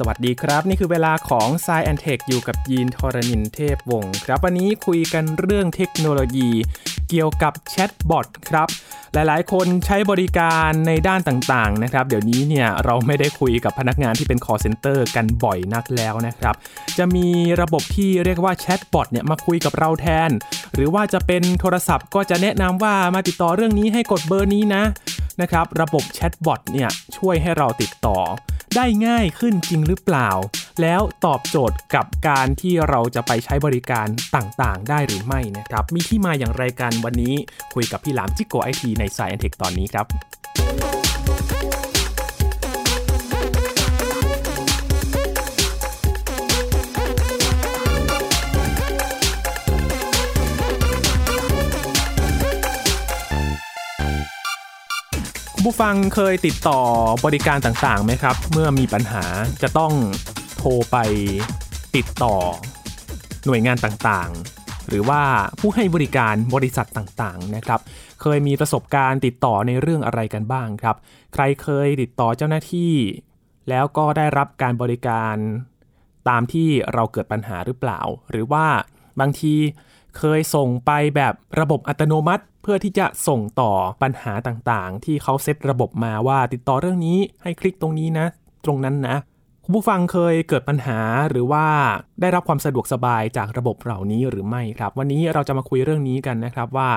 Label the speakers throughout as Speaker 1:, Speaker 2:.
Speaker 1: สวัสดีครับ นี่คือเวลาของ s ซแอนเทคอยู่กับยีนทรณินเทพวงศ์ครับ วันนี้คุยกันเรื่องเทคโนโลยี เกี่ยวกับแชทบอทครับ หลายๆ คนใช้บริการในด้านต่างๆนะครับ เดี๋ยวนี้เนี่ยเราไม่ได้คุยกับพนักงานที่เป็น call center กันบ่อยนักแล้วนะครับ จะมีระบบที่เรียกว่าแชทบอทเนี่ยมาคุยกับเราแทน หรือว่าจะเป็นโทรศัพท์ก็จะแนะนำว่ามาติดต่อเรื่องนี้ให้กดเบอร์นี้นะ นะครับระบบแชทบอทเนี่ยช่วยให้เราติดต่อ ได้ง่ายขึ้นจริงหรือเปล่า แล้วตอบโจทย์กับการที่เราจะไปใช้บริการต่างๆ ได้หรือไม่นะครับ มีที่มาอย่างไรกันวันนี้คุยกับพี่หลามจิกโกไอทีในสายแอนเทคตอนนี้ครับ คุณผู้ฟังเคยติดต่อบริการต่างๆไหมครับ เมื่อมีปัญหาจะต้องโทรไปติดต่อ หน่วยงานต่างๆ หรือว่าผู้ให้บริการบริษัทต่างๆนะครับ เคยมีประสบการณ์ติดต่อในเรื่องอะไรกันบ้างครับ ใครเคยติดต่อเจ้าหน้าที่ แล้วก็ได้รับการบริการตามที่เราเกิดปัญหาหรือเปล่า หรือว่าบางทีเคยส่งไปแบบระบบอัตโนมัติ เพื่อที่จะส่งต่อปัญหาต่างๆ ที่เขาเซตระบบมาว่าติดต่อเรื่องนี้ให้คลิกตรงนี้นะ ตรงนั้นนะ คุณผู้ฟังเคยเกิดปัญหาหรือว่าได้รับความสะดวกสบายจากระบบเหล่านี้หรือไม่ครับ วันนี้เราจะมาคุยเรื่องนี้กันนะครับว่า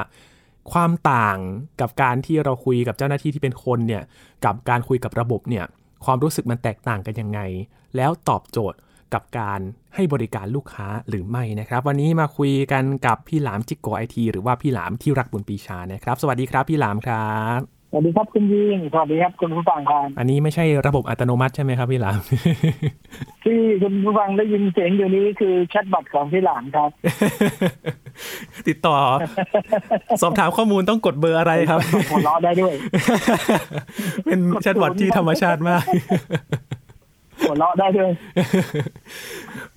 Speaker 1: ความต่างกับการที่เราคุยกับเจ้าหน้าที่ที่เป็นคนเนี่ยกับการคุยกับระบบเนี่ยความรู้สึกมันแตกต่างกันยังไง แล้วตอบโจทย์กับการให้บริการลูกค้าหรือไม่นะครับ วันนี้มาคุยกันกับพี่หลามจิกโกไอทีหรือว่าพี่หลามที่รักบุญปีชานะครับ สวัสดีครับพี่หลามครับ
Speaker 2: สวัสดีครับคุณยิงสวัสดีครับคุณผู้ฟังครับ
Speaker 1: อันนี้ไม่ใช่ระบบอัตโนมัติใช่ไหมครับพี่หลาม
Speaker 2: ที่คุณผู้ฟังได้ยินเสียงอยู่นี้คือแชทบอทของพี่หลานครับ
Speaker 1: ติดต่อ สอบถามข้อมูลต้องกดเบอร์อะไรครับ
Speaker 2: หัวเราะได้ด้วย
Speaker 1: เป็นแชทบอทที่ธรรมชาติมาก
Speaker 2: หัวเราะได้ด้วย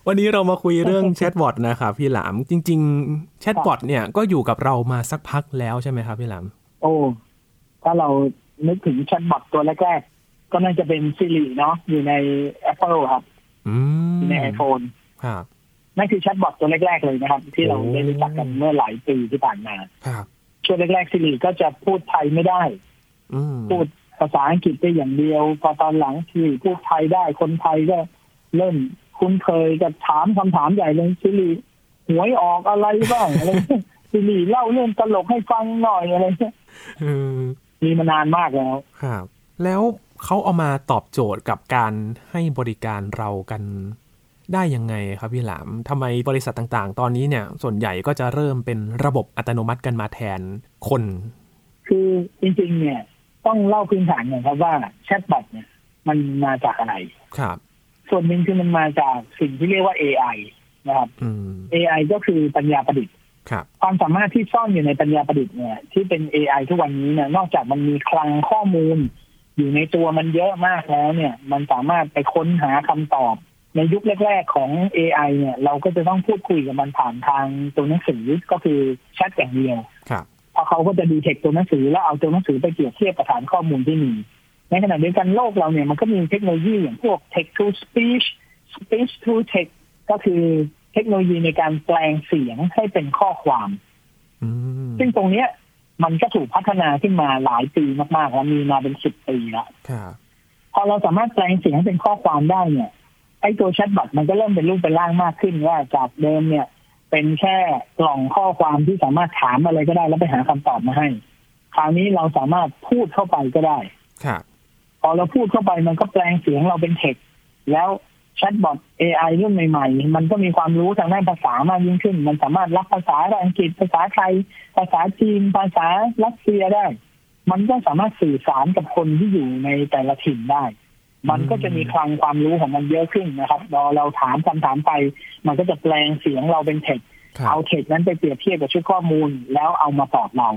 Speaker 1: วันนี้เรามาคุยเรื่องแชทบอทนะครับพี่หลาม จริง ๆ แชทบอทเนี่ยก็อยู่กับเรามาสักพักแล้วใช่ไหมครับพี่หลาม
Speaker 2: โอ้ถ้าเรานึกถึงแชทบอทตัวแรกๆก็น่าจะเป็นซิริเนาะอยู่ใน Apple ครับ
Speaker 1: อืม
Speaker 2: อยู่ใน iPhone
Speaker 1: ครับ
Speaker 2: นั่นคือแชทบอทตัวแรกๆเลยนะครับ ที่เราได้รู้จักกันเมื่อหลายปีที่ผ่านมา
Speaker 1: ครับ
Speaker 2: ช่วงแรกๆซิริก็จะพูดไทยไม่ได้
Speaker 1: อืม
Speaker 2: พูดภาษาอังกฤษได้อย่างเดียว พอตอนหลังที่พูดไทยได้คนไทยก็เริ่มคุ้นเคยกับถามคำถามใหญ่เลยซิริหวยออกอะไรบ้าง อะไรซิริเล่าเรื่องตลกให้ฟังหน่อยอะไรเงี้ย
Speaker 1: เออ
Speaker 2: มีมานานมากแล้ว
Speaker 1: ครับ แล้วเขาเอามาตอบโจทย์กับการให้บริการเรากันได้ยังไงครับพี่หลามทำไมบริษัทต่างๆ ตอนนี้เนี่ย ส่วนใหญ่ก็จะเริ่มเป็นระบบอัตโนมัติกันมาแทนคน
Speaker 2: คือจริงๆ เนี่ย ต้องเล่าพื้นฐานก่อนครับว่าแชทบอทเนี่ย มันมาจากอะไร
Speaker 1: ครับ
Speaker 2: ส่วนหนึ่งคือมันมาจากสิ่งที่เรียกว่า AI นะครับ
Speaker 1: อืม
Speaker 2: AI ก็คือปัญญาประดิษฐ์
Speaker 1: ครับ
Speaker 2: ความสามารถที่ซ่อนอยู่ในปัญญาประดิษฐ์เนี่ยที่เป็น AI ทุกวันนี้เนี่ยนอกจากมันมีคลังข้อมูล อยู่ในตัวมันเยอะมากแล้วเนี่ย มันสามารถไปค้นหาคำตอบ ในยุคแรก ๆ ของ AI เนี่ยเราก็จะต้องพูดคุยกับมันผ่านทางตัวหนังสือก็คือแชทอย่างเดียว
Speaker 1: ครับ
Speaker 2: เพอเขาก็จะดีเทคตัวหนังสือแล้วเอาตัวหนังสือไปเปรียบเทียบกับฐานข้อมูลที่มี ในขณะเดียวกันโลกเราเนี่ยมันก็มีเทคโนโลยีอย่างพวก text to speech speech to text ก็คือเทคโนโลยีในการแปลงเสียงให้เป็นข้อความ
Speaker 1: อืม
Speaker 2: ซึ่งตรงเนี้ยมันก็ถูกพัฒนาขึ้นมาหลายปีมากๆ แล้วมีมาเป็นสิบปีละ
Speaker 1: ครับ
Speaker 2: พอเราสามารถแปลงเสียงให้เป็นข้อความได้เนี่ยไอ้ตัวแชทบอทมันก็เริ่มเป็นรูปเป็นร่างมากขึ้นว่าจากเดิมเนี่ย เป็นแค่กล่องข้อความที่สามารถถามอะไรก็ได้แล้วไปหาคำตอบมาให้ คราวนี้เราสามารถพูดเข้าไปก็ได้
Speaker 1: ครับ
Speaker 2: พอเราพูดเข้าไปมันก็แปลงเสียงเราเป็นเทคแล้วแชทบอท AI รุ่นใหม่ ๆ มันก็มีความรู้ทางด้านภาษามากยิ่งขึ้น มันสามารถรับภาษาอังกฤษภาษาไทย ภาษาจีน ภาษารัสเซียได้ มันก็สามารถสื่อสารกับคนที่อยู่ในแต่ละถิ่นได้ มันก็จะมีคลังความรู้ของมันเยอะขึ้นนะครับพอเราถามคำถามไป มันก็จะแปลงเสียงเราเป็นเทค
Speaker 1: ครับ
Speaker 2: เอาเทคนั้นไปเปรียบเทียบกับชุดข้อมูล แล้วเอามาตอบเรา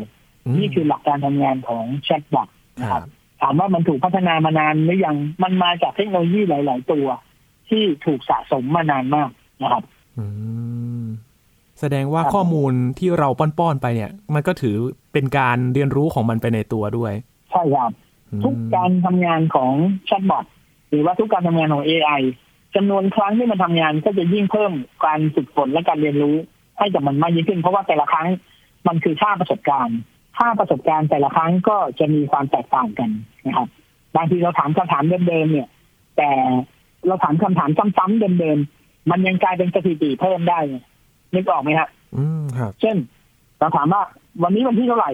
Speaker 1: ม
Speaker 2: นี่คือหลักการทำงานของแชทบอทนะครั
Speaker 1: ค
Speaker 2: บ
Speaker 1: รับ
Speaker 2: ถามว่ามันถูกพัฒนามานานหรือยัง มันมาจากเทคโนโลยีหลาย ๆ ตัว ที่ถูกสะสมมานานมากนะครับ
Speaker 1: อืมแสดงว่า
Speaker 2: ครับ
Speaker 1: ข้อมูลที่เราป้อนๆไปเนี่ย มันก็ถือเป็นการเรียนรู้ของมันไปในตัวด้วย
Speaker 2: ใช่ครับ
Speaker 1: อืม
Speaker 2: ทุกการทำงานของแชทบอทหรือว่าทุกการทำงานของ AI จำนวนครั้งที่มันทำงานก็จะยิ่งเพิ่มการฝึกฝนและการเรียนรู้ให้กับมันมากยิ่งขึ้น เพราะว่าแต่ละครั้งมันคือค่าประสบการณ์ค่าประสบการณ์แต่ละครั้งก็จะมีความแตกต่างกันนะครับ บางทีเราถามคำถามเดิมๆเนี่ย แต่เราถามคำถามซ้ำๆเดิมๆมันยังกลายเป็นสถิติเพิ่มได้นึกออกไหมฮะ
Speaker 1: อืมครับ
Speaker 2: เช่น เราถามว่าวันนี้วันที่เท่าไหร่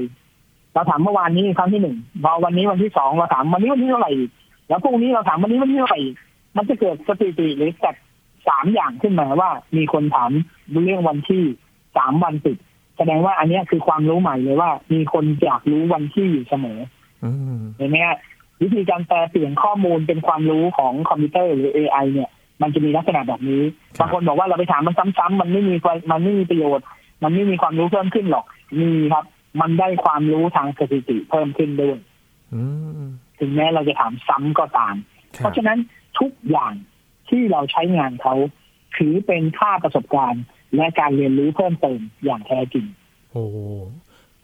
Speaker 2: เราถามเมื่อวานนี้ครั้งที่หนึ่งพอวันนี้วันที่สองเราถามวันนี้วันที่เท่าไหร่อีกแล้วพรุ่งนี้เราถามวันนี้วันที่เท่าไหร่อีกมันจะเกิดสถิติหรือจัดสามอย่างขึ้นมาว่า มีคนถามเรื่องวันที่สามวันติดแสดงว่าอันเนี้ยคือความรู้ใหม่เลยว่า มีคนอยากรู้วันที่อยู่เสมอ
Speaker 1: อืม
Speaker 2: เห็นไหมฮะวิธีการแปลเปลี่ยนข้อมูลเป็นความรู้ของคอมพิวเตอร์หรือ AI เนี่ย มันจะมีลักษณะแบบนี้ บางคนบอกว่าเราไปถามมันซ้ำๆมันไม่มีความมันไม่มีประโยชน์ มันไม่มีความรู้เพิ่มขึ้นหรอก มีครับ มันได้ความรู้ทางสถิติเพิ่มขึ้นด้วย
Speaker 1: อืม
Speaker 2: ถึงแม้เราจะถามซ้ำก็ตาม
Speaker 1: ค
Speaker 2: เพ
Speaker 1: รับ
Speaker 2: ราะฉะนั้นทุกอย่างที่เราใช้งานเขาถือเป็นค่าประสบการณ์ และการเรียนรู้เพิ่มเติมอย่างแท้จริง
Speaker 1: โอ้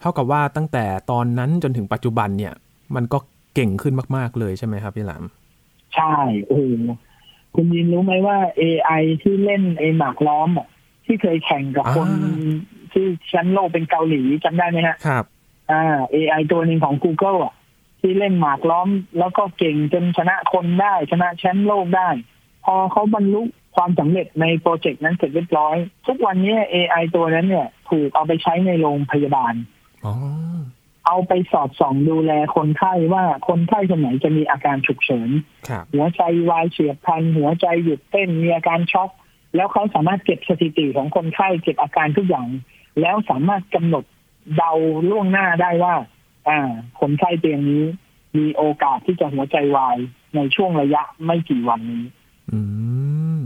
Speaker 1: เท่ากับว่าตั้งแต่ตอนนั้นจนถึงปัจจุบันเนี่ย มันก็เก่งขึ้นมากๆเลยใช่ไหมครับพี่หลาม
Speaker 2: ใช่ โอ้โหคุณยินรู้ไหมว่า AI ที่เล่นไอหมากล้อมอะที่เคยแข่งกับคนที่แชมป์โลกเป็นเกาหลีจำได้ไหมฮะ
Speaker 1: ครับ
Speaker 2: อ่า AI ตัวหนึ่งของ Google อ่ะ ที่เล่นหมากล้อม แล้วก็เก่งจนชนะคนได้ ชนะแชมป์โลกได้ พอเขาบรรลุความสำเร็จในโปรเจกต์นั้นเสร็จเรียบร้อย ทุกวันนี้ AI ตัวนั้นเนี่ย ถูกเอาไปใช้ในโรงพยาบาล
Speaker 1: อ๋อ
Speaker 2: เอาไปสอดส่องดูแลคนไข้ว่าคนไข้คนไหนจะมีอาการฉุกเฉิน
Speaker 1: ครับ
Speaker 2: หัวใจวายเฉียบพลัน หัวใจหยุดเต้นมีอาการช็อก แล้วเขาสามารถเก็บสถิติของคนไข้เก็บอาการทุกอย่าง แล้วสามารถกำหนดเดาล่วงหน้าได้ว่า อ่า คนไข้เตียงนี้ มีโอกาสที่จะหัวใจวายในช่วงระยะไม่กี่วันนี้
Speaker 1: อืม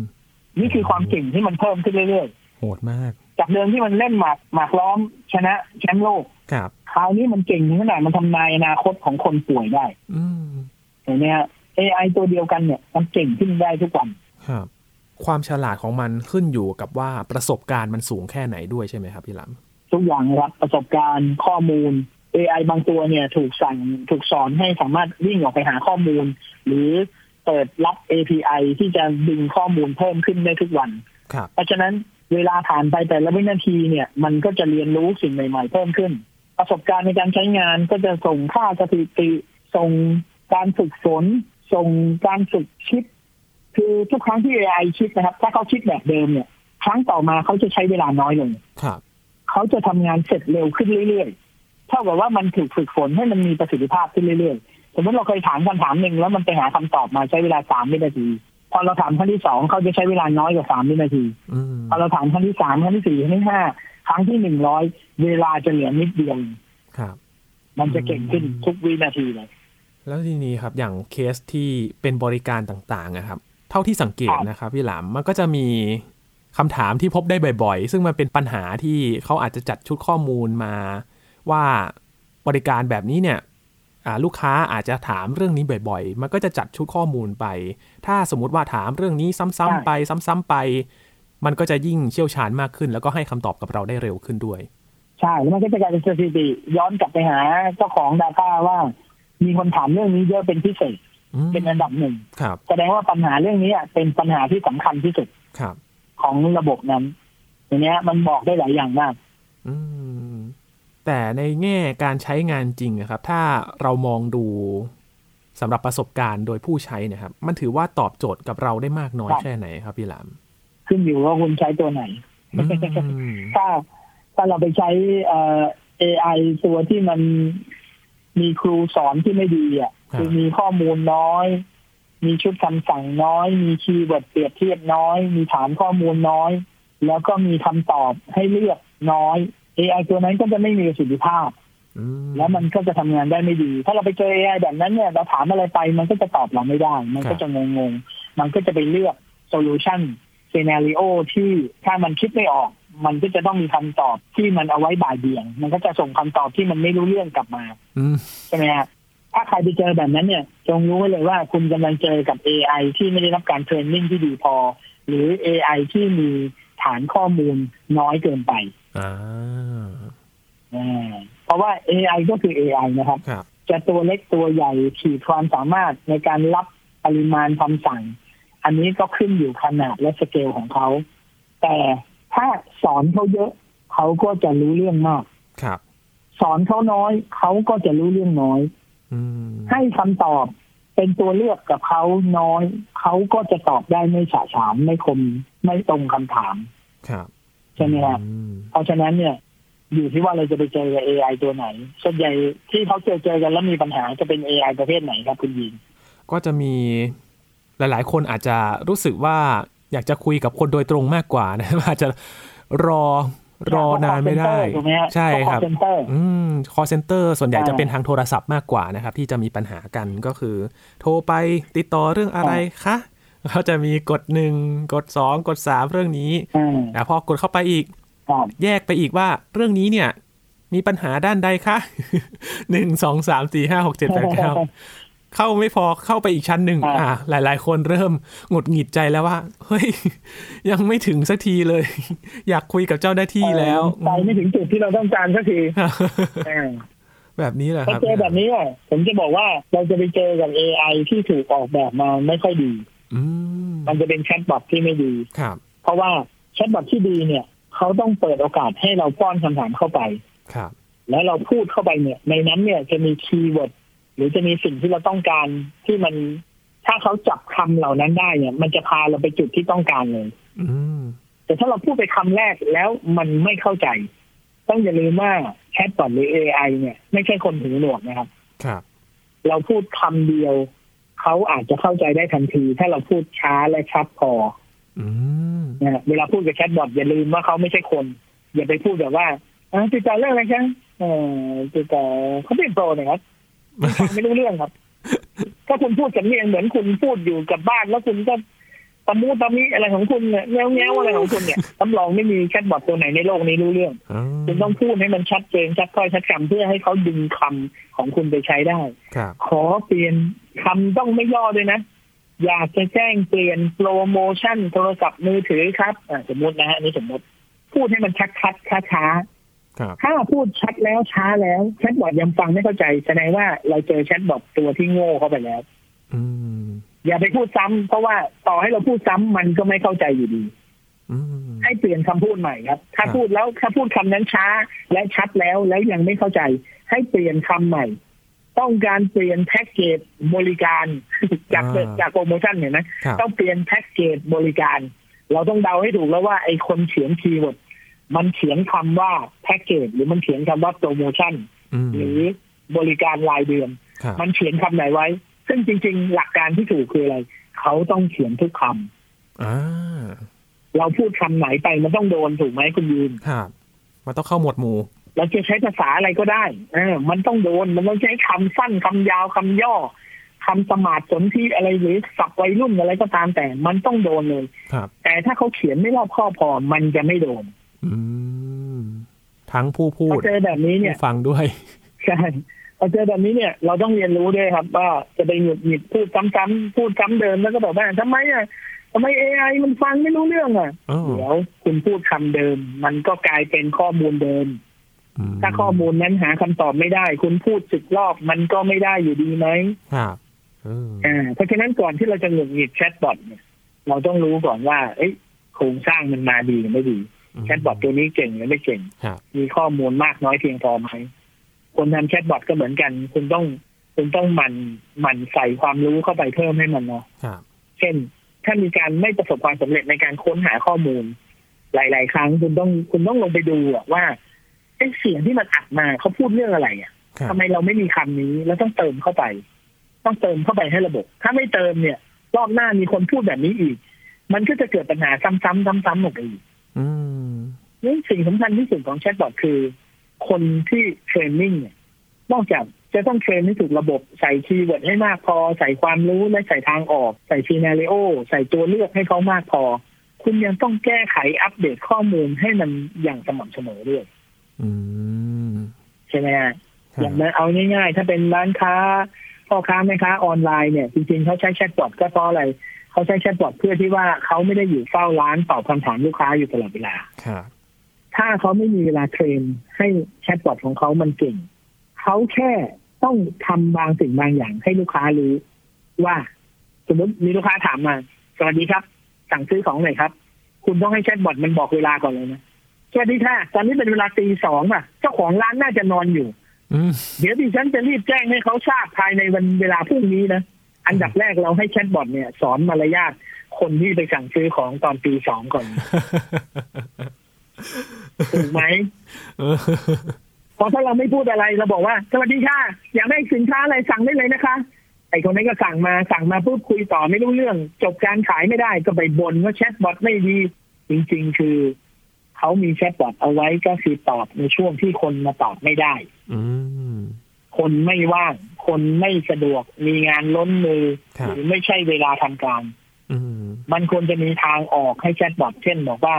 Speaker 2: นี่คือความเก่งที่มันเพิ่มขึ้นเรื่อย
Speaker 1: โหดมาก
Speaker 2: ๆ จากเดิมที่มันเล่นหมากหมากล้อม ชนะแชมป์โลก
Speaker 1: ครับ
Speaker 2: คราวนี้มันเก่งถึงขนาดมันทำนายอนาคตของคนป่วยได้
Speaker 1: อืม
Speaker 2: เห็นไหมฮะ AI ตัวเดียวกันเนี่ย มันเก่งขึ้นได้ทุกวัน
Speaker 1: ครับ ความฉลาดของมันขึ้นอยู่กับว่าประสบการณ์มันสูงแค่ไหนด้วยใช่ไหมครับพี่หลาม
Speaker 2: ทุกอย่างนะครับประสบการณ์ข้อมูล AI บางตัวเนี่ยถูกสั่งถูกสอนให้สามารถวิ่งออกไปหาข้อมูล หรือเปิดรับ API ที่จะดึงข้อมูลเพิ่มขึ้นได้ทุกวัน
Speaker 1: ครับ
Speaker 2: เพราะฉะนั้นเวลาผ่านไปแต่ละวินาทีเนี่ย มันก็จะเรียนรู้สิ่งใหม่ๆเพิ่มขึ้น ประสบการณ์ในการใช้งานก็จะส่งค่าสถิติ ส่งการฝึกฝน ส่งการฝึกคิด คือทุกครั้งที่ AI คิดนะครับ ถ้าเขาคิดแบบเดิมเนี่ย ครั้งต่อมาเขาจะใช้เวลาน้อยลง
Speaker 1: ครับ
Speaker 2: เขาจะทำงานเสร็จเร็วขึ้นเรื่อยๆ เท่ากับว่ามันถูกฝึกฝนให้มันมีประสิทธิภาพขึ้นเรื่อยๆ สมมติเราเคยถามคำถามหนึ่งแล้วมันไปหาคำตอบมาใช้เวลาสามวินาที พอเราถามครั้งที่สองเขาจะใช้เวลาน้อยกว่าสามวินาที
Speaker 1: อืม
Speaker 2: พอเราถามครั้งที่สามครั้งที่สี่ครั้งที่ห้าครั้งที่หนึ่งร้อยเวลาจะเหลือนิดเดียว
Speaker 1: ครับ
Speaker 2: มันจะเก่งขึ้นทุกวินาทีเลย
Speaker 1: แล้วทีนี้ครับอย่างเคสที่เป็นบริการต่างๆนะครับ เท่าที่สังเกต
Speaker 2: ครับ
Speaker 1: นะครับพี่หลามมันก็จะมีคำถามที่พบได้บ่อย ๆ ซึ่งมันเป็นปัญหาที่เขาอาจจะจัดชุดข้อมูลมา ว่าบริการแบบนี้เนี่ยอ่าลูกค้าอาจจะถามเรื่องนี้บ่อยๆ มันก็จะจัดชุดข้อมูลไป ถ้าสมมติว่าถามเรื่องนี้ซ้ำๆไป ซ้ำๆไป มันก็จะยิ่งเชี่ยวชาญมากขึ้น แล้วก็ให้คำตอบกับเราได้เร็วขึ้นด้วย
Speaker 2: ใช่แล้วมันก็จะกลายเป็นสถิติ ย้อนกลับไปหาเจ้าของ Data ว่า มีคนถามเรื่องนี้เยอะเป็นพิเศษ
Speaker 1: อืม
Speaker 2: เป็นอันดับหนึ่ง
Speaker 1: ครับ
Speaker 2: แสดงว่าปัญหาเรื่องนี้อะเป็นปัญหาที่สำคัญที่สุด
Speaker 1: ครับ
Speaker 2: ของระบบนั้นอย่างเนี้ยมันบอกได้หลายอย่างมาก
Speaker 1: อืมแต่ในแง่การใช้งานจริงอะครับ ถ้าเรามองดูสำหรับประสบการณ์โดยผู้ใช้เนะครับ มันถือว่าตอบโจทย์กับเราได้มากน้อย
Speaker 2: ครับ
Speaker 1: แค่ไหนครับพี่หลาม
Speaker 2: ขึ้นอยู่ว่าคุณใช้ตัวไหน
Speaker 1: อืม
Speaker 2: ถ้าถ้าเราไปใช้เอ่อ AI ตัวที่มันมีครูสอนที่ไม่ดีอ่ะคือมีข้อมูลน้อย มีชุดคำสั่งน้อย มีคีย์เวิร์ดเปรียบเทียบน้อย มีฐานข้อมูลน้อย แล้วก็มีคำตอบให้เลือกน้อย AI ตัวนั้นก็จะไม่มีประสิทธิภาพ
Speaker 1: อื
Speaker 2: แล้วมันก็จะทำงานได้ไม่ดี ถ้าเราไปเจอ AI แบบนั้นเนี่ย เราถามอะไรไป มันก็จะตอบเราไม่ได้ มันก็จะงงงๆ มันก็จะไปเลือกโซลูชันเซนาริโอที่ถ้ามันคิดไม่ออก มันก็จะต้องมีคำตอบที่มันเอาไว้บ่ายเบี่ยง มันก็จะส่งคำตอบที่มันไม่รู้เรื่องกลับมา
Speaker 1: อืม
Speaker 2: ใช่ไหมฮะถ้าใครไปเจอแบบนั้นเนี่ย จงรู้ไว้เลยว่าคุณกำลังเจอกับ AI ที่ไม่ได้รับการเทรนนิ่งที่ดีพอ หรือ AI ที่มีฐานข้อมูลน้อยเกินไป
Speaker 1: อ่า
Speaker 2: อ่าเพราะว่า AI ก็คือ AI นะครับ
Speaker 1: ครับ
Speaker 2: จะตัวเล็กตัวใหญ่ขีดความสามารถในการรับปริมาณคำสั่ง อันนี้ก็ขึ้นอยู่ขนาดและสเกลของเขา แต่ถ้าสอนเขาเยอะ เขาก็จะรู้เรื่องมาก
Speaker 1: ครับ
Speaker 2: สอนเขาน้อย เขาก็จะรู้เรื่องน้อย
Speaker 1: อืม
Speaker 2: ให้คำตอบเป็นตัวเลือกกับเขาน้อย เขาก็จะตอบได้ไม่ฉาฉานไม่คมไม่ตรงคำถาม
Speaker 1: ครับ
Speaker 2: ใช่ไหมครับ
Speaker 1: อืม
Speaker 2: เพราะฉะนั้นเนี่ย อยู่ที่ว่าเราจะไปเจอกับ AI ตัวไหน ส่วนใหญ่ที่เขาเจอเจอกันแล้วมีปัญหาจะเป็น AI ประเภทไหนครับคุณยิง
Speaker 1: ก็จะมีหลาย ๆ คนอาจจะรู้สึกว่าอยากจะคุยกับคนโดยตรงมากกว่านะ อาจจะรอรอนานไม่ได้
Speaker 2: ถูกไหมฮะ
Speaker 1: ใช่
Speaker 2: พวก
Speaker 1: ครับ
Speaker 2: call center
Speaker 1: อืม call center ส่วนใหญ่
Speaker 2: อ่า
Speaker 1: จะเป็นทางโทรศัพท์มากกว่านะครับ ที่จะมีปัญหากันก็คือ โทรไปติดต่อเรื่องอะไรคะเขาจะมีกดหนึ่งกดสองกดสามเรื่องนี้
Speaker 2: อืม
Speaker 1: นะพอกดเข้าไปอีก
Speaker 2: ครับ
Speaker 1: แยกไปอีกว่าเรื่องนี้เนี่ย มีปัญหาด้านใดคะ หนึ่งสองสามสี่ห้าหกเจ็ดแปดเก้าเข้าไม่พอเข้าไปอีกชั้นหนึ่งอ่า หลาย ๆ คนเริ่มหงุดหงิดใจแล้วว่า เฮ้ย ยังไม่ถึงสักทีเลย อยากคุยกับเจ้าหน้าที่แล้ว
Speaker 2: ไปไม่ถึงจุดที่เราต้องการสักทีอ่า
Speaker 1: แบบนี้แหละค
Speaker 2: ถ้า
Speaker 1: รับ
Speaker 2: เจอแบบนี้อ่ะผมจะบอกว่าเราจะไปเจอกับ AI ที่ถูกออกแบบมาไม่ค่อยดี
Speaker 1: อืม
Speaker 2: มันจะเป็นแชทบอทที่ไม่ดี
Speaker 1: ครับ
Speaker 2: เพราะว่าแชทบอทที่ดีเนี่ย เขาต้องเปิดโอกาสให้เราป้อนคำถามเข้าไป
Speaker 1: ครับ
Speaker 2: แล้วเราพูดเข้าไปเนี่ย ในนั้นเนี่ยจะมีคีย์เวิร์ดหรือจะมีสิ่งที่เราต้องการที่มันถ้าเขาจับคำเหล่านั้นได้เนี่ย มันจะพาเราไปจุดที่ต้องการเลย
Speaker 1: อืม
Speaker 2: แต่ถ้าเราพูดไปคำแรกแล้วมันไม่เข้าใจ ต้องอย่าลืมว่าแชทบอทหรือ AI เนี่ย ไม่ใช่คนหูหนวกนะครับ
Speaker 1: ครับ
Speaker 2: เราพูดคำเดียว เขาอาจจะเข้าใจได้ทันที ถ้าเราพูดช้าและชัดพอ
Speaker 1: อืม
Speaker 2: นะฮะเวลาพูดกับแชทบอทอย่าลืมว่าเขาไม่ใช่คน อย่าไปพูดแบบว่าอ่าติดต่อเรื่องอะไรครับเออติดต่อเขาเป็นโปรนะครับ ฟังไม่รู้เรื่องครับ ถ้าคุณพูดสำเนียงเหมือนคุณพูดอยู่กับบ้านแล้วคุณก็ตะมูตะมิอะไรของคุณเนี่ยแง้วๆอะไรของคุณเนี่ยรับรองไม่มีแชทบอทตัวไหนในโลกนี้รู้เรื่อง
Speaker 1: อ๋อ
Speaker 2: คุณต้องพูดให้มันชัดเจนชัดถ้อยชัดคำเพื่อให้เขาดึงคำของคุณไปใช้ได้
Speaker 1: ครับ
Speaker 2: ขอเปลี่ยนคำต้องไม่ย่อด้วยนะ อยากจะแจ้งเปลี่ยนโปรโมชั่นโทรศัพท์มือถือครับอ่ะสมมตินะฮะอันนี่สมมติ พูดให้มันชัดชัดช้าช้าๆ
Speaker 1: ครับ
Speaker 2: ถ้าพูดชัดแล้วช้าแล้วแชทบอทยังฟังไม่เข้าใจแสดงว่าเราเจอแชทบอทตัวที่โง่เข้าไปแล้ว
Speaker 1: อืม
Speaker 2: อย่าไปพูดซ้ำเพราะว่าต่อให้เราพูดซ้ำมันก็ไม่เข้าใจอยู่ดี
Speaker 1: อืม
Speaker 2: ให้เปลี่ยนคำพูดใหม่ครับ ถ้า
Speaker 1: ครับ
Speaker 2: พูดแล้วถ้าพูดคำนั้นช้าและชัดแล้วแล้วยังไม่เข้าใจ ให้เปลี่ยนคำใหม่ ต้องการเปลี่ยนแพ็กเกจบริการ จากเดิมจากโปรโมชั่นเห็นไหม
Speaker 1: ครับ
Speaker 2: ต้องเปลี่ยนแพ็กเกจบริการ เราต้องเดาให้ถูกแล้วว่าไอ้คนเขียนคีย์เวิร์ดมันเขียนคำว่าแพ็กเกจหรือมันเขียนคำว่าโปรโมชั่น
Speaker 1: อืม
Speaker 2: หรือบริการรายเดือน
Speaker 1: ครับ
Speaker 2: มันเขียนคำไหนไว้ ซึ่งจริง ๆ หลักการที่ถูกคืออะไร เขาต้องเขียนทุกคำ
Speaker 1: อ่า
Speaker 2: เราพูดคำไหนไปมันต้องโดนถูกไหมคุณยืน
Speaker 1: ครับมันต้องเข้าหมวดหมู่
Speaker 2: เราจะใช้ภาษาอะไรก็ได้เออมันต้องโดน มันต้องใช้คำสั้นคำยาวคำย่อคำสมาร์ทสนที่อะไรหรือสับวัยรุ่นอะไรก็ตามแต่ มันต้องโดนเลย
Speaker 1: ครับ
Speaker 2: แต่ถ้าเขาเขียนไม่รอบคอบพอมันจะไม่โดน
Speaker 1: อืม ทั้งผู้พู
Speaker 2: พ
Speaker 1: ด
Speaker 2: อเจอแบบนี้เนี่ย
Speaker 1: ผู้ฟังด้วย
Speaker 2: ใช่พอเจอแบบนี้เนี่ยเราต้องเรียนรู้ด้วยครับ ว่าจะไปหงุดหงิดพูดซ้ำๆพูดซ้ำเดิมแล้วก็บอกว่าทำไมอ่ะทำไมเอไอมันฟังไม่รู้เรื่องอ่ะ
Speaker 1: อ้าว
Speaker 2: เดี๋ยวคุณพูดคำเดิม มันก็กลายเป็นข้อมูลเดิม
Speaker 1: ม
Speaker 2: ถ้าข้อมูลนั้นหาคำตอบไม่ได้ คุณพูดสิบรอบมันก็ไม่ได้อยู่ดีไหม
Speaker 1: ครับเออ
Speaker 2: อ่าเพราะฉะนั้นก่อนที่เราจะหงุดหงิดแชทบอทเนี่ยเราต้องรู้ก่อนว่า เอ้ยโครงสร้างมันมาดีหรือไม่ดีแชทบอทตัวนี้เก่งหรือไม่เก่ง
Speaker 1: ครับ
Speaker 2: มีข้อมูลมากน้อยเพียงพอไหม คนทำแชทบอทก็เหมือนกัน คุณต้องคุณต้องหมันหมันใส่ความรู้เข้าไปเพิ่มให้มันเนาะ
Speaker 1: ครับ
Speaker 2: เช่น ถ้ามีการไม่ประสบความสำเร็จในการค้นหาข้อมูล หลาย ๆ ครั้งคุณต้องคุณต้องลงไปดูอะว่าไอ้เสียงที่มันอัดมาเขาพูดเรื่องอะไรอะ
Speaker 1: ครับ
Speaker 2: ทำไมเราไม่มีคำนี้แล้วต้องเติมเข้าไป ต้องเติมเข้าไปให้ระบบ ถ้าไม่เติมเนี่ย รอบหน้ามีคนพูดแบบนี้อีก มันก็จะเกิดปัญหาซ้ำๆซ้ำๆออกไปอีก
Speaker 1: อืม
Speaker 2: นี่สิ่งสำคัญที่สุดของแชทบอทคือ คนที่เทรนนิ่งเนี่ยนอกจากจะต้องเทรนให้ถูกระบบใส่คีย์เวิร์ดให้มากพอ ใส่ความรู้และใส่ทางออก ใส่ซีนารีโอ ใส่ตัวเลือกให้เขามากพอ คุณยังต้องแก้ไขอัปเดตข้อมูลให้มันอย่างสม่ำเสมอด้วย
Speaker 1: อืม
Speaker 2: ใช่ไหมฮะ
Speaker 1: ครั
Speaker 2: อบย่างนั้นเอาง่ายๆ ถ้าเป็นร้านค้าพ่อค้าแม่ค้าออนไลน์เนี่ยจริงๆเขาใช้แชทบอทก็เพราะอะไรเขาใช้แชทบอทเพื่อที่ว่าเขาไม่ได้อยู่เฝ้าร้านตอบคำถามลูกค้าอยู่ตลอดเวลา
Speaker 1: ครับ
Speaker 2: ถ้าเขาไม่มีเวลาเทรน ให้แชทบอทของเขามันเก่ง เขาแค่ต้องทำบางสิ่งบางอย่างให้ลูกค้ารู้ว่า สมมติมีลูกค้าถามมา สวัสดีครับ สั่งซื้อของหน่อยครับ คุณต้องให้แชทบอทมันบอกเวลาก่อนเลยนะสวัสดีค่ะ ตอนนี้เป็นเวลาตีสองอ่ะ เจ้าของร้านน่าจะนอนอยู่
Speaker 1: อืม
Speaker 2: เดี๋ยวดิฉันจะรีบแจ้งให้เขาทราบภายในวันเวลาพรุ่งนี้นะ อันดับแรกเราให้แชทบอทเนี่ย สอนมารยาทคนที่ไปสั่งซื้อของตอนตีสองก่อน ถูกไหม
Speaker 1: เออ
Speaker 2: เพราะถ้าเราไม่พูดอะไรเราบอกว่า สวัสดีค่ะ อยากได้สินค้าอะไรสั่งได้เลยนะคะ ไอ้คนนั้นก็สั่งมาสั่งมาพูดคุยต่อไม่รู้เรื่อง จบการขายไม่ได้ก็ไปบ่นว่าแชทบอทไม่ดี จริงๆ คือ เขามีแชทบอทเอาไว้ก็คือตอบในช่วงที่คนมาตอบไม่ได้
Speaker 1: อืม
Speaker 2: คนไม่ว่าง คนไม่สะดวก มีงานล้นมือ
Speaker 1: ครับ
Speaker 2: หรือไม่ใช่เวลาทำการ
Speaker 1: อืม
Speaker 2: มันควรจะมีทางออกให้แชทบอทเช่นบอกว่า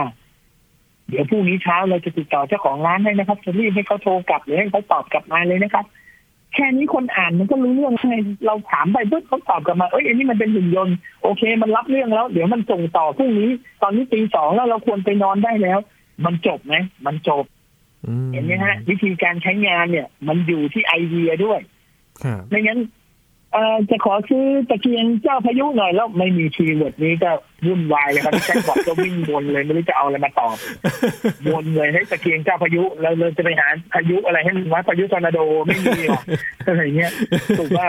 Speaker 2: เดี๋ยวพรุ่งนี้เช้าเราจะติดต่อเจ้าของร้านให้นะครับจะรีบให้เขาโทรกลับหรือให้เขาตอบกลับมาเลยนะครับ แค่นี้คนอ่านมันก็รู้เรื่องไงเราถามไปปุ๊บเขาตอบกลับมาเอ้ยอันนี้มันเป็นหุ่นยนต์โอเค มันรับเรื่องแล้ว เดี๋ยวมันส่งต่อพรุ่งนี้ ตอนนี้ตีสองแล้วเราควรไปนอนได้แล้ว มันจบไหมมันจบ
Speaker 1: อืม
Speaker 2: เห็นไหมฮะ วิธีการใช้งานเนี่ย มันอยู่ที่ไอเดียด้วย
Speaker 1: ครับ
Speaker 2: ไม่งั้นเอ่อจะขอซื้อตะเกียงเจ้าพายุหน่อยแล้วไม่มีคีย์เวิร์ดนี้ก็วุ่นวายเลยครับ แชทบอทก็วิ่งวนเลยไม่รู้จะเอาอะไรมาตอบวนเลยให้ยตะเกียงเจ้าพายุเราเราจะไปหาพายุอะไรให้มันว่าพายุทอร์นาโดไม่มีหรอกอะไรเงี้ยถูกป่ะ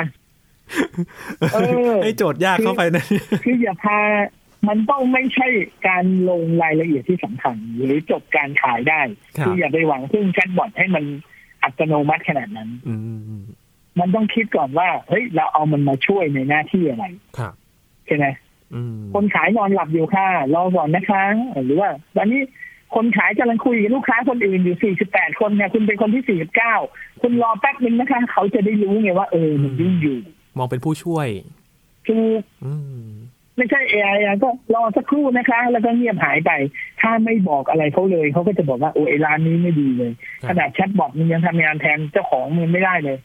Speaker 2: เออ
Speaker 1: ไอ้โจทย์ยากเข้าไปนะ
Speaker 2: คืออย่าพามันต้องไม่ใช่การลงรายละเอียดที่สำคัญ หรือจบการขายได้
Speaker 1: ครับ
Speaker 2: ออย่าไปหวังพึ่งแชทบอทให้มันอัตโนมัติขนาดนั้น
Speaker 1: อืม
Speaker 2: มันต้องคิดก่อนว่าเฮ้ยเราเอามันมาช่วยในหน้าที่อะไร
Speaker 1: ครับ
Speaker 2: ใช่ไหม
Speaker 1: อืม
Speaker 2: คนขายนอนหลับอยู่ค่ะรอก่อนนะคะ หรือว่าตอนนี้คนขายกำลังคุยกับลูกค้าคนอื่นอยู่ 48 คนเนี่ยคุณเป็นคนที่ 49 คุณรอแป๊บนึงนะคะ เขาจะได้รู้ไงว่าเออมันยุ่งอยู่
Speaker 1: มองเป็นผู้ช่วย
Speaker 2: คือ
Speaker 1: อืม
Speaker 2: ไม่ใช่ AI อะก็รอสักครู่นะคะ แล้วก็เงียบหายไป ถ้าไม่บอกอะไรเขาเลย เขาก็จะบอกว่าโอ้ไอร้านนี้ไม่ดีเลย ขนาดแชทบอทมันยังทำงานแทนเจ้าของมันไม่ได้เลย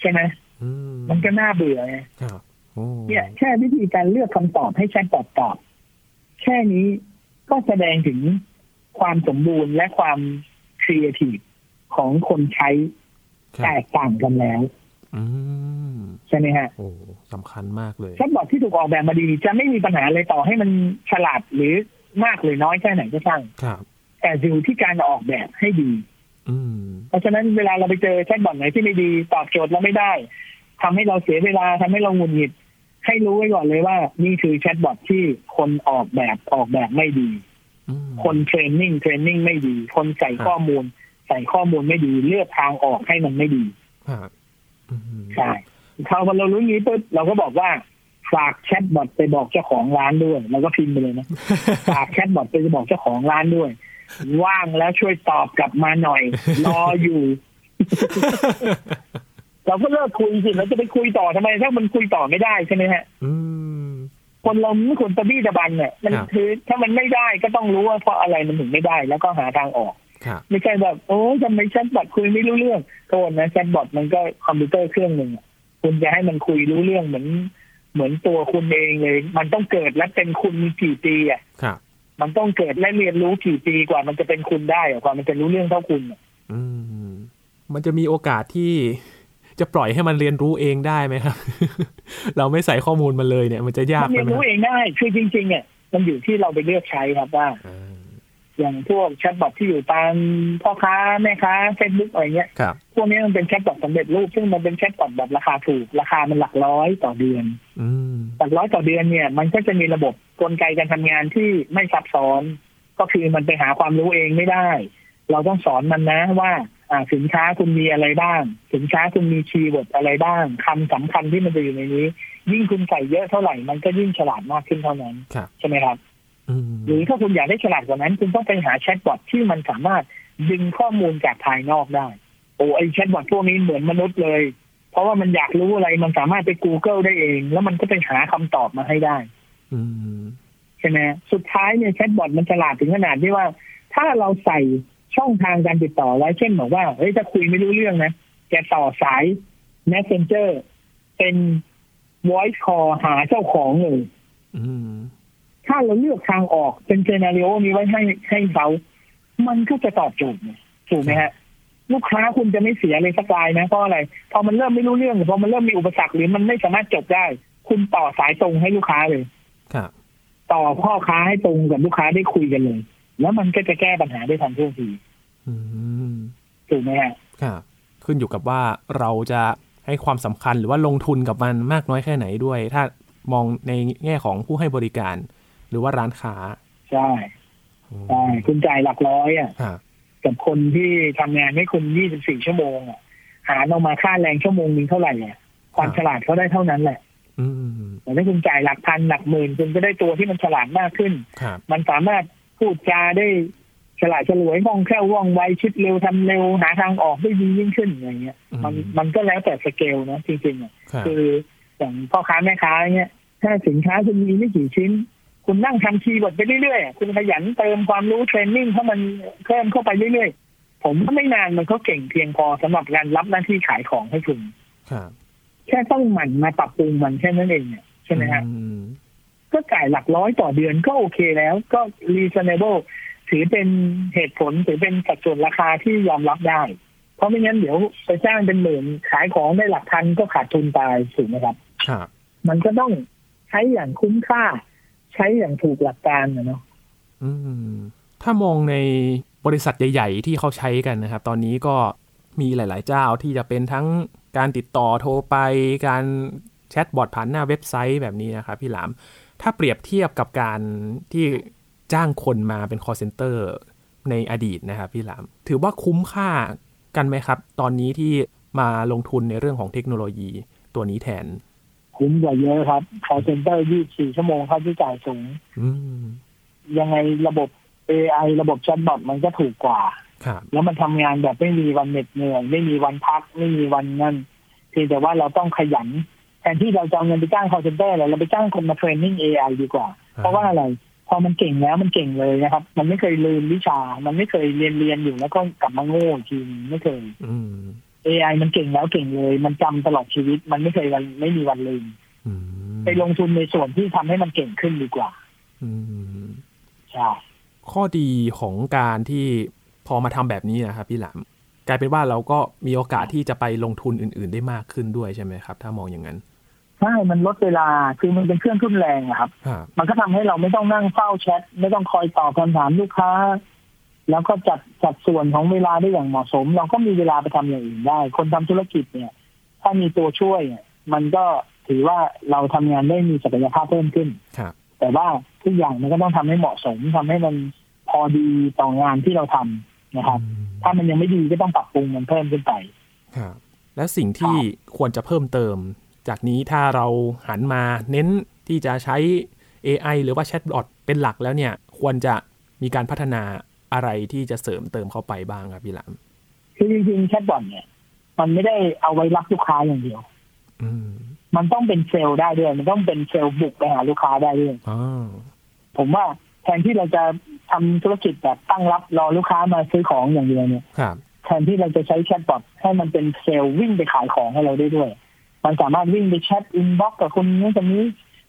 Speaker 2: ใช่ไหม
Speaker 1: อืม
Speaker 2: มันก็น่าเบื่อไง
Speaker 1: ครับโอ้
Speaker 2: เนี่ยแค่วิธีการเลือกคำตอบให้แชทบอทตอบ แค่นี้ก็แสดงถึงความสมบูรณ์และความครีเอทีฟของคนใช้
Speaker 1: ครับ
Speaker 2: แตกต่างกันแล้ว
Speaker 1: อืม
Speaker 2: ใช่ไหมฮะ
Speaker 1: โอ้สำคัญมากเลย
Speaker 2: แชทบอทที่ถูกออกแบบมาดีจะไม่มีปัญหาเลยต่อให้มันฉลาดหรือมากหรือน้อยแค่ไหนก็ช่าง
Speaker 1: ครับ
Speaker 2: แต่อยู่ที่การออกแบบให้ดี
Speaker 1: อืม
Speaker 2: เพราะฉะนั้นเวลาเราไปเจอแชทบอทไหนที่ไม่ดีตอบโจทย์เราไม่ได้ทำให้เราเสียเวลาทำให้เราหงุดหงิด ให้รู้ไว้ก่อนเลยว่า นี่คือแชทบอทที่คนออกแบบออกแบบไม่ดี
Speaker 1: อืม
Speaker 2: คนเทรนนิ่งเทรนนิ่งไม่ดี คนใส่ข้อมูล ใส่ข้อมูลไม่ดี เลือกทางออกให้มันไม่ดี
Speaker 1: ครับอืม
Speaker 2: ใช่เขาพอเรารู้อย่างนี้ปุ๊บเราก็บอกว่าฝากแชทบอทไปบอกเจ้าของร้านด้วยแล้วก็พิมพ์ไปเลยนะ ฝากแชทบอทไปบอกเจ้าของร้านด้วย ว่างแล้วช่วยตอบกลับมาหน่อย รออยู่ เราก็เลิกคุยสิเราจะไปคุยต่อทำไม ถ้ามันคุยต่อไม่ได้ใช่ไหมฮะ
Speaker 1: อืม
Speaker 2: คนเราไม่ควรตะบี้ตะบันเนี่ยมัน
Speaker 1: ครับ
Speaker 2: คือถ้ามันไม่ได้ก็ต้องรู้ว่าเพราะอะไรมันถึงไม่ได้ แล้วก็หาทางออก
Speaker 1: ครับ
Speaker 2: ไม่ใช่แบบโอ้ยทำไมแชทบอทคุยไม่รู้เรื่องโทษนะแชทบอทมันก็คอมพิวเตอร์เครื่องหนึ่งอะคุณจะให้มันคุยรู้เรื่องเหมือน เหมือนตัวคุณเองเลย มันต้องเกิดและเป็นคุณกี่ปีอ่ะ
Speaker 1: ครับ
Speaker 2: มันต้องเกิดและเรียนรู้กี่ปีกว่ามันจะเป็นคุณได้อะกว่ามันจะรู้เรื่องเท่าคุณอะ
Speaker 1: อืมมันจะมีโอกาสที่ จะปล่อยให้มันเรียนรู้เองได้ไหมครับ เราไม่ใส่ข้อมูลมันเลยเนี่ย มันจะยาก
Speaker 2: มัน
Speaker 1: ไป
Speaker 2: เรียน
Speaker 1: ไหม
Speaker 2: รู้เองได้คือจริงๆเนี่ยมันอยู่ที่เราไปเลือกใช้ครับว่า
Speaker 1: อ่า
Speaker 2: อย่างพวกแชทบอทที่อยู่ตามพ่อค้าแม่ค้าเฟซบุ๊กอะไรเงี้ย
Speaker 1: ครับ
Speaker 2: พวกนี้มันเป็นแชทบอทสำเร็จรูปซึ่งมันเป็นแชทบอทแบบราคาถูกราคามันหลักร้อยต่อเดือน
Speaker 1: อืม
Speaker 2: หลักร้อยต่อเดือนเนี่ยมันก็จะมีระบบกลไกการทำงานที่ไม่ซับซ้อน ก็คือมันไปหาความรู้เองไม่ได้ เราต้องสอนมันนะว่าอ่าสินค้าคุณมีอะไรบ้าง สินค้าคุณมีคีย์เวิร์ดอะไรบ้างคำสำคัญที่มันจะอยู่ในนี้ ยิ่งคุณใส่เยอะเท่าไหร่มันก็ยิ่งฉลาดมากขึ้นเท่านั้น
Speaker 1: ครับ
Speaker 2: ใช่ไหมครับ
Speaker 1: อืม
Speaker 2: หรือถ้าคุณอยากได้ฉลาดกว่านั้น คุณต้องไปหาแชทบอทที่มันสามารถดึงข้อมูลจากภายนอกได้ โอ้ไอแชทบอทพวกนี้เหมือนมนุษย์เลย เพราะว่ามันอยากรู้อะไรมันสามารถไป Google ได้เอง แล้วมันก็ไปหาคำตอบมาให้ได้
Speaker 1: อืม
Speaker 2: ใช่ไหมสุดท้ายเนี่ยแชทบอทมันฉลาดถึงขนาดที่ว่า ถ้าเราใส่ช่องทางการติดต่อไว้เช่นบอกว่าเฮ้ยถ้าคุยไม่รู้เรื่องนะแกต่อสาย messenger เป็น voice call หาเจ้าของเลย
Speaker 1: อืม
Speaker 2: ถ้าเราเลือกทางออกเป็นเซนาริโอนี้ไว้ให้ให้เขา มันก็จะตอบโจทย์ไงถูกไหมฮะ ลูกค้าคุณจะไม่เสียเลยสักรายนะเพราะอะไร พอมันเริ่มไม่รู้เรื่องหรือพอมันเริ่มมีอุปสรรคหรือมันไม่สามารถจบได้ คุณต่อสายตรงให้ลูกค้าเลย
Speaker 1: ครับ
Speaker 2: ต่อพ่อค้าให้ตรงกับลูกค้าได้คุยกันเลย แล้วมันก็จะแก้ปัญหาได้ทันท่วงที
Speaker 1: อืม
Speaker 2: ถูกไหมฮะ
Speaker 1: ครับขึ้นอยู่กับว่าเราจะให้ความสำคัญหรือว่าลงทุนกับมันมากน้อยแค่ไหนด้วย ถ้ามองในแง่ของผู้ให้บริการ หรือว่าร้านค้า
Speaker 2: ใช่
Speaker 1: อืม
Speaker 2: ใช่คุณจ่ายหลักร้อยอ่ะ
Speaker 1: ครับ
Speaker 2: กับคนที่ทำงานให้คุณ 24 ชั่วโมงอ่ะ หารออกมาค่าแรงชั่วโมงหนึงเท่าไหร่เนี่ยความฉลาดเขาได้เท่านั้นแหละ
Speaker 1: อืม
Speaker 2: แต่ถ้าคุณจ่ายหลักพันหลักหมื่นคุณก็ได้ตัวที่มันฉลาดมากขึ้น
Speaker 1: ครับ
Speaker 2: มันสามารถพูดจาได้ฉลาดฉลวยว่องแคล่วว่องไวชิดเร็วทำเร็วหาทางออกได้ดียิ่งขึ้นอะไรเงี้ย
Speaker 1: อื
Speaker 2: มันมันก็แล้วแต่สเกลนะจริงๆอ่ะ
Speaker 1: ครับ
Speaker 2: คืออย่างพ่อค้าแม่ค้าเนี่ยถ้าสินค้าคุณมีไม่กี่ชิ้น คุณนั่งทำคีย์บอร์ดไปเรื่อยๆอ่ะคุณขยันเติมความรู้เทรนนิ่งให้มันเพิ่มเข้าไปเรื่อยๆ ผมว่าไม่นานมันก็เก่งเพียงพอสำหรับการรับหน้าที่ขายของให้คุณ
Speaker 1: ครับ
Speaker 2: แค่ต้องหมั่นมาปรับปรุงมันแค่นั้นเองเนี่ยใช่ไหมฮะ
Speaker 1: อืม
Speaker 2: ก็จ่ายหลักร้อยต่อเดือนก็โอเคแล้วก็ reasonable ถือเป็นเหตุผลถือเป็นสัดส่วนราคาที่ยอมรับได้ เพราะไม่งั้นเดี๋ยวไปจ้างเป็นหมื่นขายของได้หลักพันก็ขาดทุนไปถูกไหมครับ
Speaker 1: ครับ
Speaker 2: มันก็ต้องใช้อย่างคุ้มค่า ใช้อย่างถูกหลักการนะเนาะ
Speaker 1: อืมถ้ามองในบริษัทใหญ่ ๆ ที่เขาใช้กันนะครับ ตอนนี้ก็มีหลาย ๆ เจ้าที่จะเป็นทั้งการติดต่อโทรไป การแชทบอทผ่านหน้าเว็บไซต์แบบนี้นะครับพี่หลาม ถ้าเปรียบเทียบกับการที่จ้างคนมาเป็น call center ในอดีตนะครับพี่หลาม ถือว่าคุ้มค่ากันไหมครับ ตอนนี้ที่มาลงทุนในเรื่องของเทคโนโลยีตัวนี้แทน
Speaker 2: คุ้มกว่าเยอะครับ call center 24 ชั่วโมงค่าใช้จ่ายสูง
Speaker 1: อืม
Speaker 2: ยังไงระบบ AI ระบบแชทบอทมันก็ถูกกว่า
Speaker 1: ครับ
Speaker 2: แล้วมันทำงานแบบไม่มีวันเหน็ดเหนื่อยไม่มีวันพักไม่มีวันนั่นเพียงแต่ว่าเราต้องขยัน แทนที่เราจะเอาเงินไปจ้างคอร์เซนเตอร์เราไปจ้างคนมาเทรนนิ่ง AI ดีกว่า
Speaker 1: อ่า
Speaker 2: เพราะว่าอะไร พอมันเก่งแล้วมันเก่งเลยนะครับ มันไม่เคยลืมวิชา มันไม่เคยเรียนเรียนอยู่แล้วก็กลับมาโง่อีกทีนึงไม่เคย
Speaker 1: อืม
Speaker 2: AI มันเก่งแล้วเก่งเลย มันจำตลอดชีวิต มันไม่เคยวันไม่มีวันลืม
Speaker 1: อืม
Speaker 2: ไปลงทุนในส่วนที่ทำให้มันเก่งขึ้นดีกว่า
Speaker 1: อืม
Speaker 2: ใช่
Speaker 1: ข้อดีของการที่พอมาทำแบบนี้นะครับพี่หลามกลายเป็นว่าเราก็มีโอกาสที่จะไปลงทุนอื่น ๆ ได้มากขึ้นด้วยใช่ไหมครับ ถ้ามองอย่างนั้น
Speaker 2: ใช่มันลดเวลาคือมันเป็นเครื่องทุนแรงอะครับ
Speaker 1: ครับ
Speaker 2: มันก็ทำให้เราไม่ต้องนั่งเฝ้าแชท ไม่ต้องคอยตอบคำถามลูกค้า แล้วก็จัดจัดส่วนของเวลาได้อย่างเหมาะสม เราก็มีเวลาไปทำอย่างอื่นได้ คนทำธุรกิจเนี่ย ถ้ามีตัวช่วยเนี่ยมันก็ถือว่าเราทำงานได้มีศักยภาพเพิ่มขึ้น
Speaker 1: ครับ
Speaker 2: แต่ว่าทุกอย่างมันก็ต้องทำให้เหมาะสมทำให้มันพอดีต่องานที่เราทำนะครับ ถ้ามันยังไม่ดีก็ต้องปรับปรุงมันเพิ่มขึ้นไป
Speaker 1: ครับและสิ่งที่ควรจะเพิ่มเติม จากนี้ถ้าเราหันมาเน้นที่จะใช้ AI หรือว่าแชทบอทเป็นหลักแล้วเนี่ย ควรจะมีการพัฒนาอะไรที่จะเสริมเติมเข้าไปบ้างครับพี่หลาม
Speaker 2: คือจริงๆแชทบอทเนี่ย มันไม่ได้เอาไว้รับลูกค้าอย่างเดียว
Speaker 1: อืม
Speaker 2: มันต้องเป็นเซลล์ได้ด้วย มันต้องเป็นเซลล์บุกไปหาลูกค้าได้ด้วย
Speaker 1: อ๋อ
Speaker 2: ผมว่าแทนที่เราจะทำธุรกิจแบบตั้งรับรอลูกค้ามาซื้อของอย่างเดียวเนี่ย
Speaker 1: ครับ
Speaker 2: แทนที่เราจะใช้แชทบอทให้มันเป็นเซลล์วิ่งไปขายของให้เราได้ด้วย มันสามารถวิ่งไปแชทอินบ็อกซ์กับคนนู้นคนนี้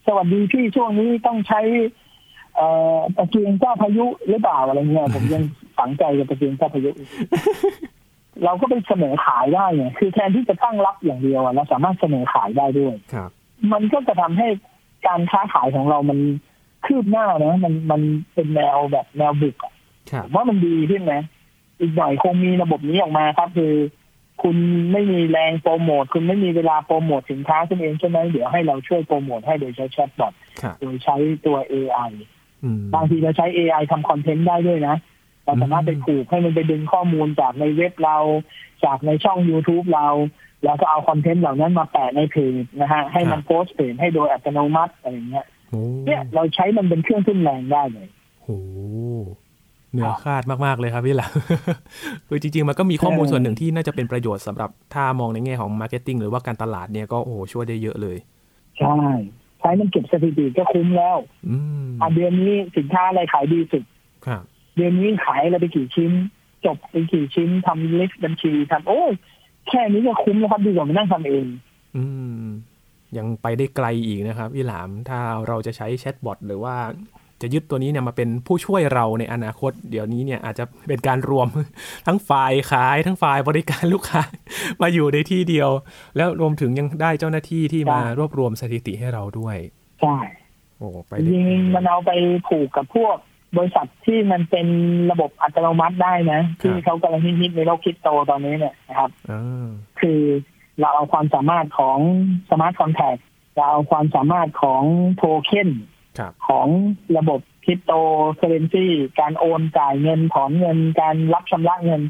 Speaker 2: สวัสดีพี่ช่วงนี้ต้องใช้ เอ่อตะเกียงเจ้าพายุหรือเปล่าอะไรเงี้ยผมยังฝังใจกับตะเกียงเจ้าพายุ เราก็ไปเสนอขายได้เนี่ยคือแทนที่จะตั้งรับอย่างเดียวอะเราสามารถเสนอขายได้ด้วย
Speaker 1: ครับ
Speaker 2: มันก็จะทำให้การค้าขายของเรามันคืบหน้านะ มันมันเป็นแนวแบบแนวบุกอะ
Speaker 1: ครับ
Speaker 2: ผมว่ามันดีขึ้นนะ อีกหน่อยคงมีระบบนี้ออกมาครับ คือ คุณไม่มีแรงโปรโมท คุณไม่มีเวลาโปรโมทสินค้าคุณเองใช่ไหมเดี๋ยวให้เราช่วยโปรโมทให้โดยใช้แชทบอท
Speaker 1: ครับ
Speaker 2: โดยใช้ตัว AI
Speaker 1: อืม
Speaker 2: บางทีเราใช้ AI ทำคอนเทนต์ได้ด้วยนะ เราสามารถไป
Speaker 1: อืม
Speaker 2: ผูกให้มันไปดึงข้อมูลจากในเว็บเรา จากในช่อง YouTube เรา แล้วก็เอาคอนเทนต์เหล่านั้นมาแปะในเพจนะฮะ ให้มันโพสต์เพจให้โดยอัตโนมัติอะไรอย่างเงี้ย
Speaker 1: โอ้
Speaker 2: เนี่ยเราใช้มันเป็นเครื่องทุ่นแรงได้เลย
Speaker 1: โหเหนือคาดมาก ๆ เลยครับพี่หลัง คือจริง ๆ มันก็มีข้อมูล
Speaker 2: เออ
Speaker 1: ส่วนหนึ่งที่น่าจะเป็นประโยชน์สำหรับถ้ามองในแง่ของมาร์เก็ตติ้งหรือว่าการตลาดเนี่ยก็โอ้โหช่วยได้เยอะเลย
Speaker 2: ใช่ ใช้มันเก็บสถิติก็คุ้มแล้ว
Speaker 1: อืม
Speaker 2: อ่ะเดือนนี้สินค้าอะไรขายดีสุด
Speaker 1: ครับ
Speaker 2: เดือนนี้ขายอะไรไปกี่ชิ้น จบไปกี่ชิ้นทำลิสต์บัญชีทำโอ้ยแค่นี้ก็คุ้มแล้วครับดีกว่ามานั่งทำเอง
Speaker 1: อืม ยังไปได้ไกลอีกนะครับพี่หลาม ถ้าเราจะใช้แชทบอทหรือว่าจะยึดตัวนี้เนี่ยมาเป็นผู้ช่วยเราในอนาคต เดี๋ยวนี้เนี่ยอาจจะเป็นการรวม ทั้งฝ่ายขายทั้งฝ่ายบริการลูกค้า มาอยู่ในที่เดียว แล้วรวมถึงยังได้เจ้าหน้าที่ที่มา
Speaker 2: ใช่
Speaker 1: รวบรวมสถิติให้เราด้วย
Speaker 2: ใช่
Speaker 1: โอ้
Speaker 3: อ้ไป
Speaker 2: จริงๆมันเอาไปผูกกับพวกบริษัทที่มันเป็นระบบอัตโนมัติได้นะ ที่เขากำลังฮิตๆในโลกคริปโตตอนนี้เนี่ยนะครับ
Speaker 3: อ่า
Speaker 2: คือเราเอาความสามารถของสมาร์ทคอนแทคเราเอาความสามารถของโทเค็น
Speaker 1: ครับ
Speaker 2: ของระบบคริปโตเคอเรนซีการโอนจ่ายเงินถอนเงิน การรับชำระเงิน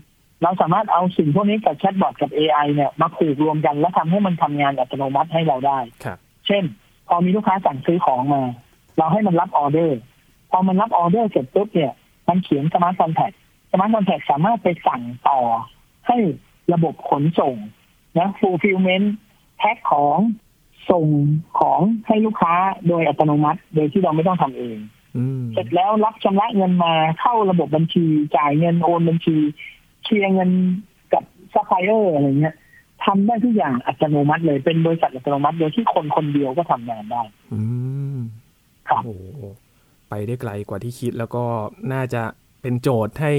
Speaker 2: เราสามารถเอาสิ่งพวกนี้กับแชทบอทกับ AI เนี่ยมาผูกรวมกันและทำให้มันทำงานอัตโนมัติให้เราได้
Speaker 1: ครับ
Speaker 2: เช่น พอมีลูกค้าสั่งซื้อของมา เราให้มันรับออเดอร์ พอมันรับออเดอร์เสร็จปุ๊บเนี่ย มันเขียนสมาร์ทคอนแทคสมาร์ทคอนแทคสามารถไปสั่งต่อ ให้ระบบขนส่งนะฟูลฟิลเมนต์แพ็คของส่งของให้ลูกค้าโดยอัตโนมัติ โดยที่เราไม่ต้องทำเอง
Speaker 1: อืม
Speaker 2: เสร็จแล้วรับชำระเงินมาเข้าระบบบัญชี จ่ายเงินโอนบัญชี เคลียร์เงินกับซัพพลายเออร์อะไรเงี้ยทำได้ทุกอย่างอัตโนมัติเลยเป็นบริษัทอัตโนมัติโดยที่คนคนเดียวก็ทำงานได้
Speaker 1: อืม
Speaker 2: ครับ
Speaker 1: โอ้โหไปได้ไกลกว่าที่คิดแล้วก็น่าจะเป็นโจทย์ให้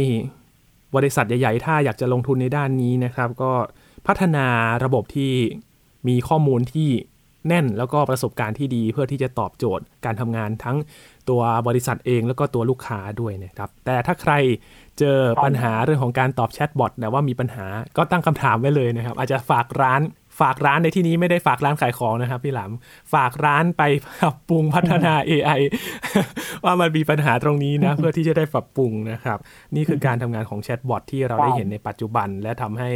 Speaker 1: บริษัทใหญ่ ๆ ถ้าอยากจะลงทุนในด้านนี้นะครับ ก็พัฒนาระบบที่มีข้อมูลที่แน่นแล้วก็ประสบการณ์ที่ดีเพื่อที่จะตอบโจทย์การทำงานทั้งตัวบริษัทเองแล้วก็ตัวลูกค้าด้วยนะครับ แต่ถ้าใครเจอปัญหาเรื่องของการตอบแชทบอทแต่ว่ามีปัญหาก็ตั้งคำถามไว้เลยนะครับ อาจจะฝากร้านฝากร้านในที่นี้ไม่ได้ฝากร้านขายของนะครับพี่หลามฝากร้านไปปรับปรุงพัฒนา AI ว่ามันมีปัญหาตรงนี้นะ เพื่อที่จะได้ปรับปรุงนะครับ นี่คือการทำงานของแชทบอทที่เราได้เห็นในปัจจุบัน และทำให้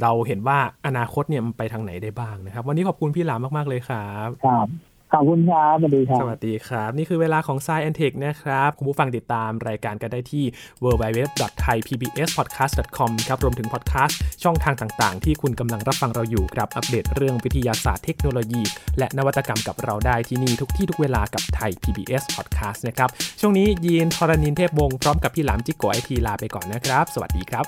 Speaker 1: เราเห็นว่าอนาคตเนี่ยมันไปทางไหนได้บ้างนะครับ วันนี้ขอบคุณพี่หลามมากๆเลยครับ
Speaker 2: ครับขอบคุณครับสวัสดีครับ
Speaker 1: สวัสดีครับ นี่คือเวลาของ s ซแอนเทคนะครับ คุณผู้ฟังติดตามรายการกันได้ที่ w w w t h a i p b s p o d c a s t c o m ครับรวมถึงพอดแคสต์ช่องทางต่างๆ ที่คุณกำลังรับฟังเราอยู่ครับ อัปเดตเรื่องวิทยาศาสตร์เทคโนโลยี และนวัตกรรมกับเราได้ที่นี่ทุกที่ทุกเวลากับไทย PBS Podcast นะครับ ช่วงนี้ยีนทรณินเทพวงศ์พร้อมกับพี่หลามจิกโกไอทีลาไปก่อนนะครับ สวัสดีครับ